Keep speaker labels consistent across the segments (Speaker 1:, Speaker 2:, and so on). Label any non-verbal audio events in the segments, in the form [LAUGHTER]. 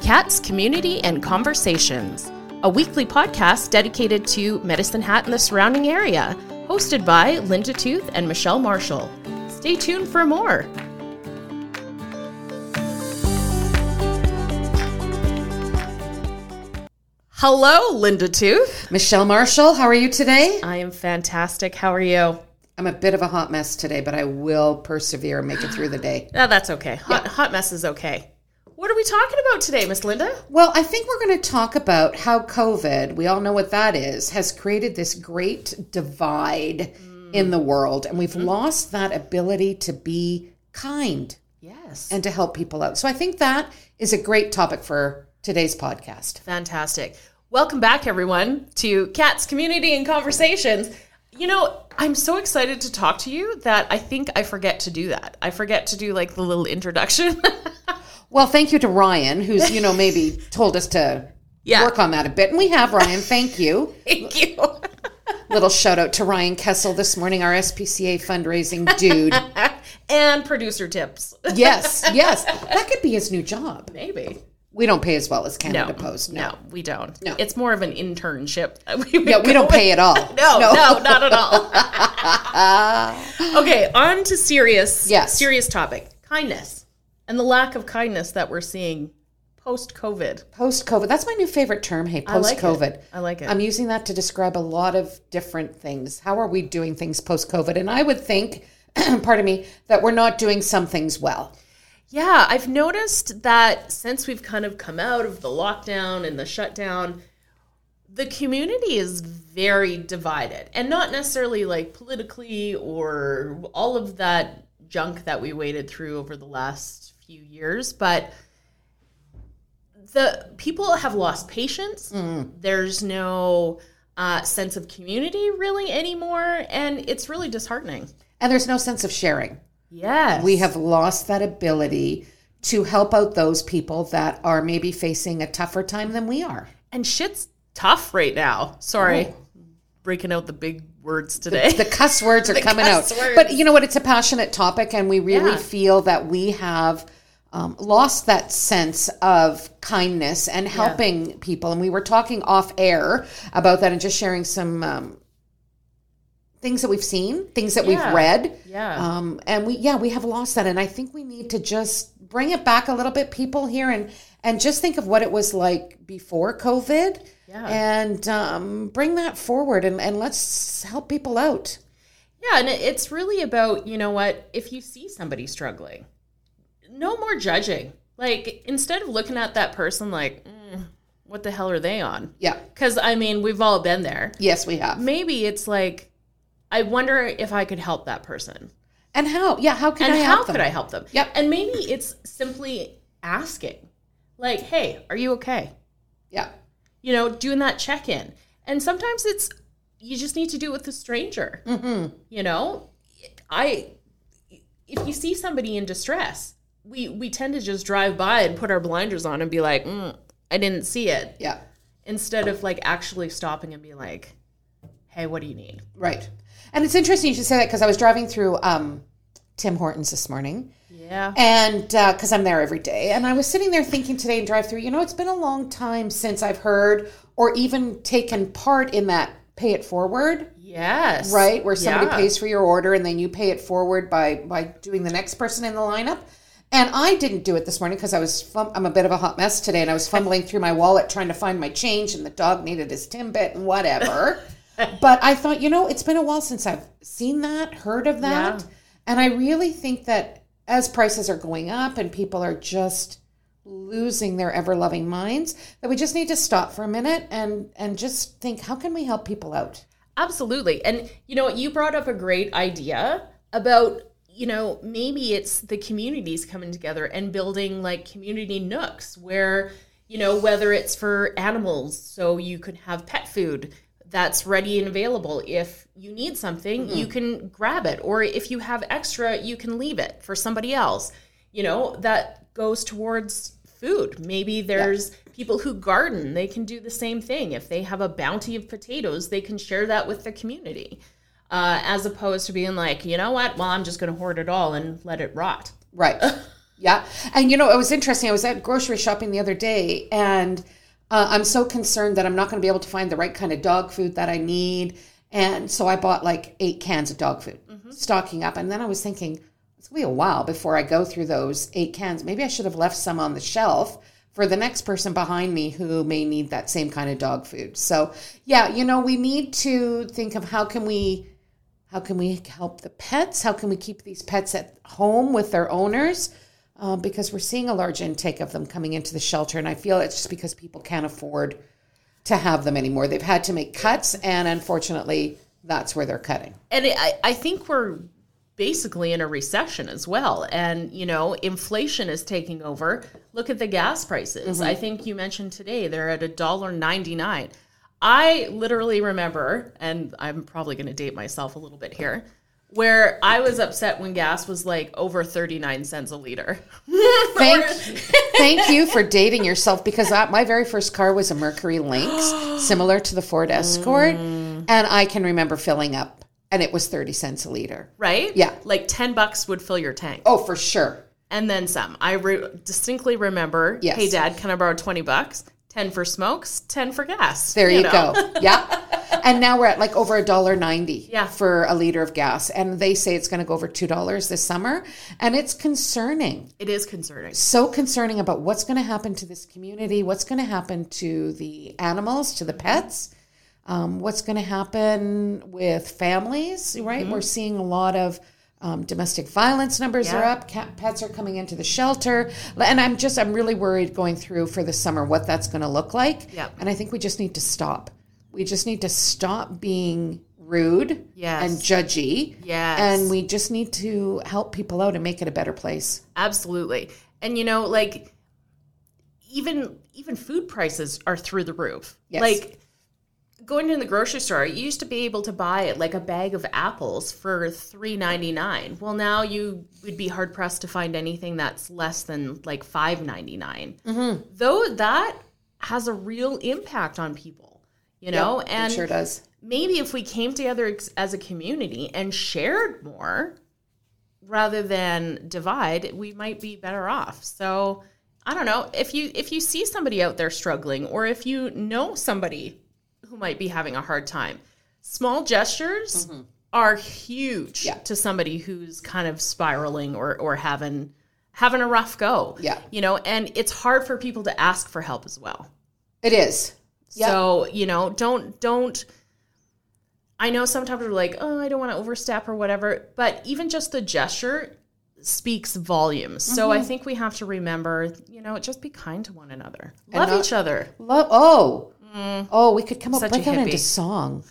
Speaker 1: Cats, Community, and Conversations, a weekly podcast dedicated to Medicine Hat and the surrounding area, hosted by Linda Tooth and Michelle Marshall. Stay tuned for more. Hello, Linda Tooth.
Speaker 2: Michelle Marshall, how are you today?
Speaker 1: I am fantastic. How are you?
Speaker 2: I'm a bit of a hot mess today, but I will persevere and make it through the day.
Speaker 1: No, Ah, that's okay. Hot, hot mess is okay. What are we talking about today, Miss Linda?
Speaker 2: Well, I think we're going to talk about how COVID, we all know what that is, has created this great divide in the world. And we've lost that ability to be kind
Speaker 1: Yes.
Speaker 2: and to help people out. So I think that is a great topic for today's podcast.
Speaker 1: Fantastic. Welcome back, everyone, to Cats Community and Conversations. You know, I'm so excited to talk to you that I think I forget to do that. I forget to do like the little introduction. [LAUGHS]
Speaker 2: Well, thank you to Ryan, who's, you know, maybe told us to
Speaker 1: Yeah.
Speaker 2: work on that a bit. And we have, Ryan. Thank you.
Speaker 1: Thank you.
Speaker 2: Little shout out to Ryan Kessel this morning, our SPCA fundraising dude.
Speaker 1: [LAUGHS] and producer tips.
Speaker 2: Yes, yes. That could be his new job.
Speaker 1: Maybe.
Speaker 2: We don't pay as well as Canada
Speaker 1: No,
Speaker 2: Post. No.
Speaker 1: no, we don't.
Speaker 2: No.
Speaker 1: It's more of an internship. that we would
Speaker 2: Yeah, we
Speaker 1: go
Speaker 2: don't pay at
Speaker 1: [LAUGHS]
Speaker 2: all.
Speaker 1: No, no, not at
Speaker 2: [LAUGHS]
Speaker 1: all. okay, on to serious,
Speaker 2: Yes.
Speaker 1: serious topic: kindness and the lack of kindness that we're seeing post COVID.
Speaker 2: Post COVID. That's my new favorite term. Hey,
Speaker 1: I like
Speaker 2: post
Speaker 1: it.
Speaker 2: COVID.
Speaker 1: I like it.
Speaker 2: I'm using that to describe a lot of different things. How are we doing things post COVID? And I would think, [CLEARS THROAT] pardon me, that we're not doing some things well.
Speaker 1: yeah, I've noticed that since we've kind of come out of the lockdown and the shutdown, the community is very divided, and not necessarily like politically or all of that junk that we waded through over the last few years, but the people have lost patience. There's no uh, sense of community really anymore, and it's really disheartening.
Speaker 2: And there's no sense of sharing.
Speaker 1: Yes,
Speaker 2: We have lost that ability to help out those people that are maybe facing a tougher time than we are.
Speaker 1: and shit's tough right now. Sorry, breaking out the big words today.
Speaker 2: Oh. the cuss words are coming
Speaker 1: cuss
Speaker 2: out.
Speaker 1: words.
Speaker 2: But you know what? It's a passionate topic, and we really
Speaker 1: Yeah.
Speaker 2: feel that we have um, lost that sense of kindness and helping people. And we were talking off air about that and just sharing some um, things that we've seen, things that
Speaker 1: Yeah.
Speaker 2: we've read.
Speaker 1: [LAUGHS] yeah,
Speaker 2: Um, and we, yeah, we have lost that. And I think we need to just bring it back a little bit, people here, and and just think of what it was like before COVID.
Speaker 1: Yeah.
Speaker 2: And um, bring that forward and, and let's help people out.
Speaker 1: yeah, and it- it's really about you know what if you see somebody struggling, no more judging. Like instead of looking at that person like, mm, what the hell are they on?
Speaker 2: Yeah.
Speaker 1: Because I mean, we've all been there.
Speaker 2: Yes, we have.
Speaker 1: Maybe it's like, I wonder if I could help that person.
Speaker 2: And how? Yeah, how can
Speaker 1: and
Speaker 2: I
Speaker 1: how
Speaker 2: help them?
Speaker 1: could I help them?
Speaker 2: Yep.
Speaker 1: And maybe it's simply asking, like, hey, are you okay?
Speaker 2: Yeah.
Speaker 1: you know, doing that check in. And sometimes it's you just need to do it with a stranger.
Speaker 2: Mm-hmm.
Speaker 1: You know, I if you see somebody in distress, we we tend to just drive by and put our blinders on and be like, mm, I didn't see it,
Speaker 2: Yeah.
Speaker 1: instead of like actually stopping and being like, Hey, what do you need?
Speaker 2: Right. And it's interesting you should say that because I was driving through um, Tim Hortons this morning.
Speaker 1: Yeah.
Speaker 2: And because I'm there every day, and I was sitting there thinking today in drive through, you know, it's been a long time since I've heard or even taken part in that pay it forward,
Speaker 1: Yes.
Speaker 2: right? Where somebody
Speaker 1: Yeah.
Speaker 2: pays for your order and then you pay it forward by by doing the next person in the lineup. And I didn't do it this morning because I was fum- I'm a bit of a hot mess today, and
Speaker 1: [LAUGHS]
Speaker 2: I was fumbling through my wallet trying to find my change, and the dog needed his Timbit and
Speaker 1: [LAUGHS]
Speaker 2: whatever. but I thought, you know, it's been a while since I've seen that, heard of that,
Speaker 1: Yeah.
Speaker 2: and I really think that as prices are going up and people are just losing their ever loving minds, that we just need to stop for a minute and and just think, how can we help people out?
Speaker 1: Absolutely. And you know what? You brought up a great idea about, you know, maybe it's the communities coming together and building like community nooks where, you know, whether it's for animals, so you could have pet food that's ready and available. If you need something, you can grab it. Or if you have extra, you can leave it for somebody else. You know, that goes towards food. Maybe there's people who garden, they can do the same thing. If they have a bounty of potatoes, they can share that with the community, uh, as opposed to being like, you know what, well, I'm just going to hoard it all and let it rot.
Speaker 2: Right. Yeah. And you know, it was interesting. I was at grocery shopping the other day and uh, I'm so concerned that I'm not going to be able to find the right kind of dog food that I need. And so I bought like eight cans of dog food, stocking up. And then I was thinking, it's going to be a while before I go through those eight cans. Maybe I should have left some on the shelf for the next person behind me who may need that same kind of dog food. So, yeah, you know, we need to think of how can we how can we help the pets? How can we keep these pets at home with their owners? Uh, because we're seeing a large intake of them coming into the shelter, and I feel it's just because people can't afford to have them anymore. They've had to make cuts, and unfortunately, that's where they're cutting.
Speaker 1: and it, I, I think we're basically in a recession as well and you know inflation is taking over look at the gas
Speaker 2: Mm-hmm.
Speaker 1: prices i think you mentioned today they're at a dollar 99 i literally remember and i'm probably going to date myself a little bit here where i was upset when gas was like over 39 cents a liter [LAUGHS]
Speaker 2: Thank, thank you for dating yourself because I, my very first car was a Mercury Lynx, similar to the Ford Escort, and I can remember filling up, and it was thirty cents a liter.
Speaker 1: right
Speaker 2: Yeah.
Speaker 1: like 10 bucks would fill your tank
Speaker 2: Oh, for sure.
Speaker 1: and then some. I re- distinctly remember,
Speaker 2: Yes.
Speaker 1: hey, dad, can I borrow 20 bucks? 10 for smokes, 10 for gas.
Speaker 2: There you,
Speaker 1: know?
Speaker 2: go.
Speaker 1: [LAUGHS]
Speaker 2: Yeah. And now we're at like over a dollar ninety
Speaker 1: Yeah.
Speaker 2: for a liter of gas, and they say it's going to go over two dollars this summer, and it's concerning.
Speaker 1: It is concerning.
Speaker 2: So concerning about what's going to happen to this community, what's going to happen to the animals, to the pets, um, what's going to happen with families. Right,
Speaker 1: Mm-hmm.
Speaker 2: we're seeing a lot of. Um, domestic violence numbers are
Speaker 1: Yeah.
Speaker 2: up. Cat, pets are coming into the shelter, and I'm just I'm really worried going through for the summer what that's going to look like.
Speaker 1: Yep.
Speaker 2: And I think we just need to stop. We just need to stop being rude
Speaker 1: Yes.
Speaker 2: and judgy.
Speaker 1: Yes.
Speaker 2: And we just need to help people out and make it a better place.
Speaker 1: Absolutely. And you know, like even even food prices are through the roof.
Speaker 2: Yes.
Speaker 1: Like going to the grocery store, you used to be able to buy like a bag of apples for three ninety nine. Well now you would be hard pressed to find anything that's less than like five ninety nine.
Speaker 2: Mm-hmm.
Speaker 1: Though that has a real impact on people. You know? and
Speaker 2: it sure does.
Speaker 1: maybe if we came together ex- as a community and shared more rather than divide we might be better off so i don't know if you if you see somebody out there struggling or if you know somebody who might be having a hard time small gestures are huge
Speaker 2: Mm-hmm. Yeah.
Speaker 1: to somebody who's kind of spiraling or or having having a rough go
Speaker 2: Yeah.
Speaker 1: you know and it's hard for people to ask for help as well
Speaker 2: It is. Yeah.
Speaker 1: so, you know, don't don't I know sometimes we're like, oh, I don't want to overstep or whatever, but even just the gesture speaks volumes. So I think we have to remember, you know, just be kind to one another. Love
Speaker 2: not-
Speaker 1: each other.
Speaker 2: Lo- oh. Oh, we could come
Speaker 1: Mm.
Speaker 2: up
Speaker 1: Such a
Speaker 2: break out into
Speaker 1: hippie.
Speaker 2: song.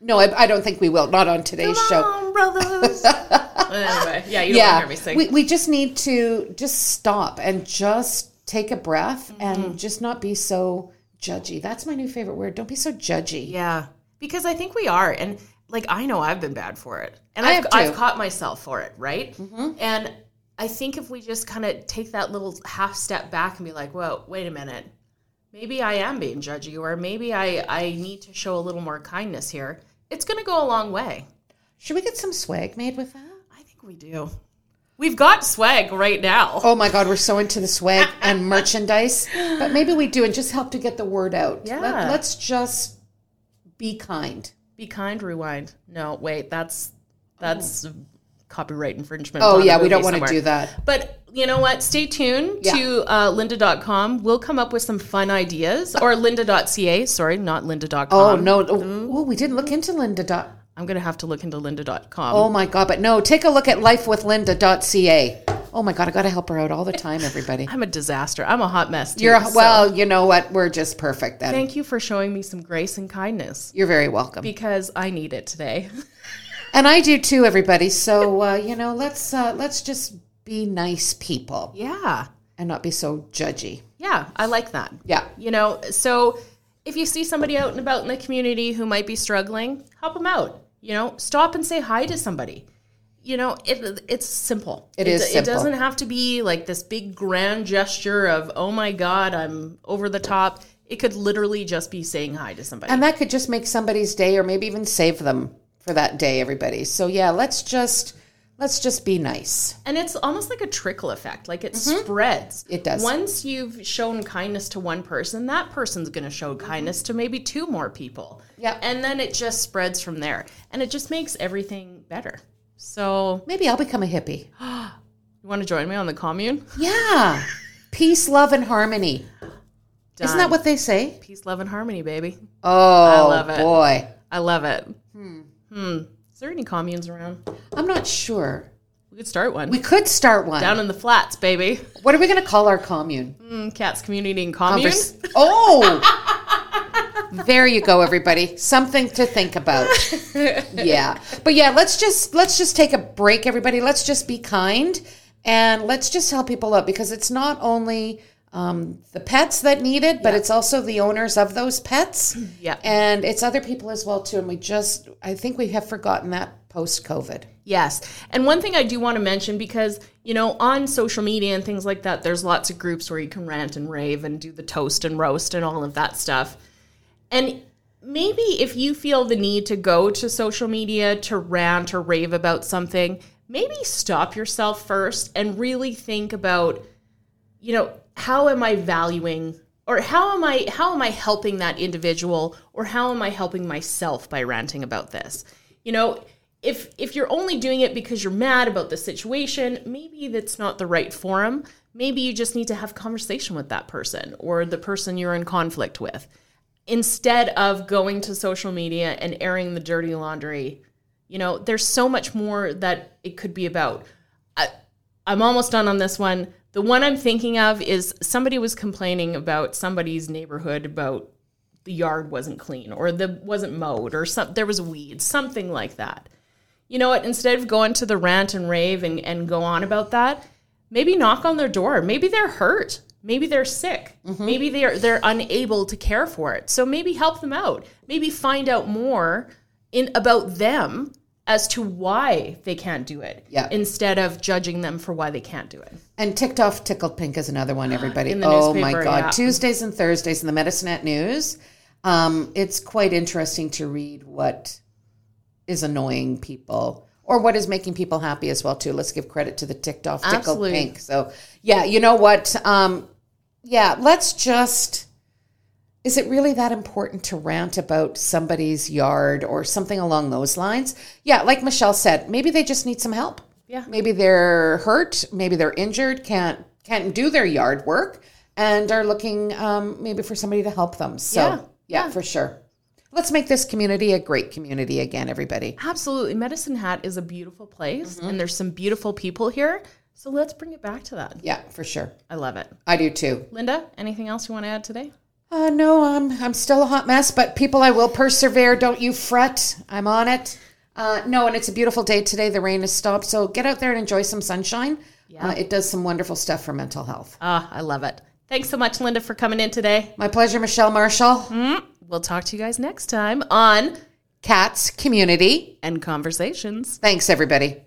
Speaker 2: No, I, I don't think we will. Not on today's show.
Speaker 1: Come on, brothers. [LAUGHS] anyway, yeah, you don't
Speaker 2: yeah,
Speaker 1: wanna hear me sing.
Speaker 2: We, we just need to just stop and just take a breath
Speaker 1: Mm-hmm.
Speaker 2: and just not be so judgy. That's my new favorite word. Don't be so judgy.
Speaker 1: yeah. Because I think we are and like I know I've been bad for it. And
Speaker 2: I
Speaker 1: I've
Speaker 2: have too. Mm-hmm.
Speaker 1: I've caught myself for it, right? And I think if we just kind of take that little half step back and be like, "Whoa, wait a minute. maybe I am being judgy or maybe I, I need to show a little more kindness here, it's going to go a long way.
Speaker 2: Should we get some swag made with that?
Speaker 1: I think we do. We've got swag right now.
Speaker 2: Oh my God, we're so into the
Speaker 1: [LAUGHS]
Speaker 2: swag and merchandise, but maybe we do and just help to get the word out.
Speaker 1: Yeah.
Speaker 2: Let, us just be kind.
Speaker 1: Be kind, rewind. No, wait, that's that's copyright infringement.
Speaker 2: Oh
Speaker 1: on a
Speaker 2: yeah, we
Speaker 1: movie
Speaker 2: don't want to
Speaker 1: somewhere.
Speaker 2: do that.
Speaker 1: But you know what? Stay tuned
Speaker 2: Yeah.
Speaker 1: to uh, lynda.com. We'll come up with some fun ideas or lynda.ca. Sorry, not lynda.com.
Speaker 2: Oh no!
Speaker 1: Mm-hmm.
Speaker 2: Oh, we didn't look into Linda. Dot.
Speaker 1: I'm going to have to look into lynda.com.
Speaker 2: Oh my God! But no, take a look at lifewithlinda.ca. Oh my God, I got to help her out all the time, everybody.
Speaker 1: I'm a disaster. I'm a hot mess. Too,
Speaker 2: You're
Speaker 1: so
Speaker 2: well. You know what? We're just perfect then.
Speaker 1: Thank you for showing me some grace and kindness.
Speaker 2: You're very welcome.
Speaker 1: because I need it today. [LAUGHS]
Speaker 2: And I do too, everybody. So uh, you know, let's uh, let's just be nice people
Speaker 1: Yeah.
Speaker 2: and not be so judgy.
Speaker 1: Yeah, I like that.
Speaker 2: Yeah.
Speaker 1: You know, so if you see somebody out and about in the community who might be struggling, help them out. You know, stop and say hi to somebody. You know, it, it's simple.
Speaker 2: It is
Speaker 1: It,
Speaker 2: simple.
Speaker 1: doesn't have to be like this big grand gesture of, oh my God, I'm over the top. It could literally just be saying hi to somebody.
Speaker 2: And that could just make somebody's day or maybe even save them for that day, everybody. So yeah, let's just let's just be nice.
Speaker 1: And it's almost like a trickle effect. Like it spreads.
Speaker 2: Mm-hmm. It does.
Speaker 1: Once you've shown kindness to one person, that person's going to show
Speaker 2: Mm-hmm.
Speaker 1: kindness to maybe two more people.
Speaker 2: Yeah.
Speaker 1: And then it just spreads from there. And it just makes everything better. So,
Speaker 2: Maybe I'll become a hippie.
Speaker 1: you want to join me on the commune?
Speaker 2: Yeah. Peace, love, and harmony. Isn't that
Speaker 1: Done.
Speaker 2: what they say?
Speaker 1: Peace, love, and harmony, baby.
Speaker 2: Oh,
Speaker 1: love it.
Speaker 2: boy.
Speaker 1: I love it. Hmm. Is there any communes around?
Speaker 2: I'm not sure.
Speaker 1: We could start one.
Speaker 2: We could start one.
Speaker 1: Down in the flats, baby.
Speaker 2: what are we going to call our commune?
Speaker 1: Mm, Cats community and commune.
Speaker 2: Convers- [LAUGHS] oh! there you go, everybody. Something to
Speaker 1: [LAUGHS]
Speaker 2: think about. yeah. But yeah, let's just let's just take a break, everybody. Let's just be kind and let's just help people out because it's not only um, the pets that need it, but it's also the owners of those pets.
Speaker 1: [CLEARS THROAT] Yeah.
Speaker 2: And it's other people as well too. And we just I think we have forgotten that post COVID.
Speaker 1: Yes. And one thing I do want to mention because, you know, on social media and things like that, there's lots of groups where you can rant and rave and do the toast and roast and all of that stuff. And maybe if you feel the need to go to social media to rant or rave about something, maybe stop yourself first and really think about, you know, how am I valuing or how am I how am I helping that individual or how am I helping myself by ranting about this? You know, if if you're only doing it because you're mad about the situation, maybe that's not the right forum. Maybe you just need to have conversation with that person or the person you're in conflict with instead of going to social media and airing the dirty laundry, you know, there's so much more that it could be about. I, I'm almost done on this one. The one I'm thinking of is somebody was complaining about somebody's neighborhood about the yard wasn't clean or the wasn't mowed or some there was weeds, something like that. You know what? Instead of going to the rant and rave and, and go on about that, maybe knock on their door. Maybe they're hurt. Maybe they're sick. Maybe they're they're unable to care for it. So maybe help them out. Maybe find out more in about them as to why they can't do it.
Speaker 2: Yeah.
Speaker 1: Instead of judging them for why they can't do it.
Speaker 2: And ticked off tickled pink is another one, everybody.
Speaker 1: In the
Speaker 2: oh my
Speaker 1: newspaper,
Speaker 2: god.
Speaker 1: yeah.
Speaker 2: Tuesdays and Thursdays in the Medicinet News. Um, it's quite interesting to read what is annoying people or what is making people happy as well too. Let's give credit to the ticked off tickled
Speaker 1: Absolutely.
Speaker 2: pink. So yeah, you know what? Um, yeah, let's just is it really that important to rant about somebody's yard or something along those lines? Yeah, like Michelle said, maybe they just need some help.
Speaker 1: Yeah.
Speaker 2: Maybe they're hurt, maybe they're injured, can't can't do their yard work and are looking um, maybe for somebody to help them. So
Speaker 1: Yeah.
Speaker 2: yeah, for sure. Let's make this community a great community again, everybody.
Speaker 1: Absolutely. Medicine Hat is a beautiful place and there's some beautiful people here. So let's bring it back to that.
Speaker 2: Yeah, for sure.
Speaker 1: I love it.
Speaker 2: I do too.
Speaker 1: Linda, anything else you want to add today?
Speaker 2: Uh, no, I'm I'm still a hot mess, but people, I will persevere. Don't you fret. I'm on it. Uh, no, and it's a beautiful day today. The rain has stopped, so get out there and enjoy some sunshine. Yeah. it does some wonderful stuff for mental health.
Speaker 1: Ah, I love it. Thanks so much, Linda, for coming in today.
Speaker 2: My pleasure, Michelle Marshall.
Speaker 1: We'll talk to you guys next time on
Speaker 2: Cats Community.
Speaker 1: End Conversations.
Speaker 2: Thanks, everybody.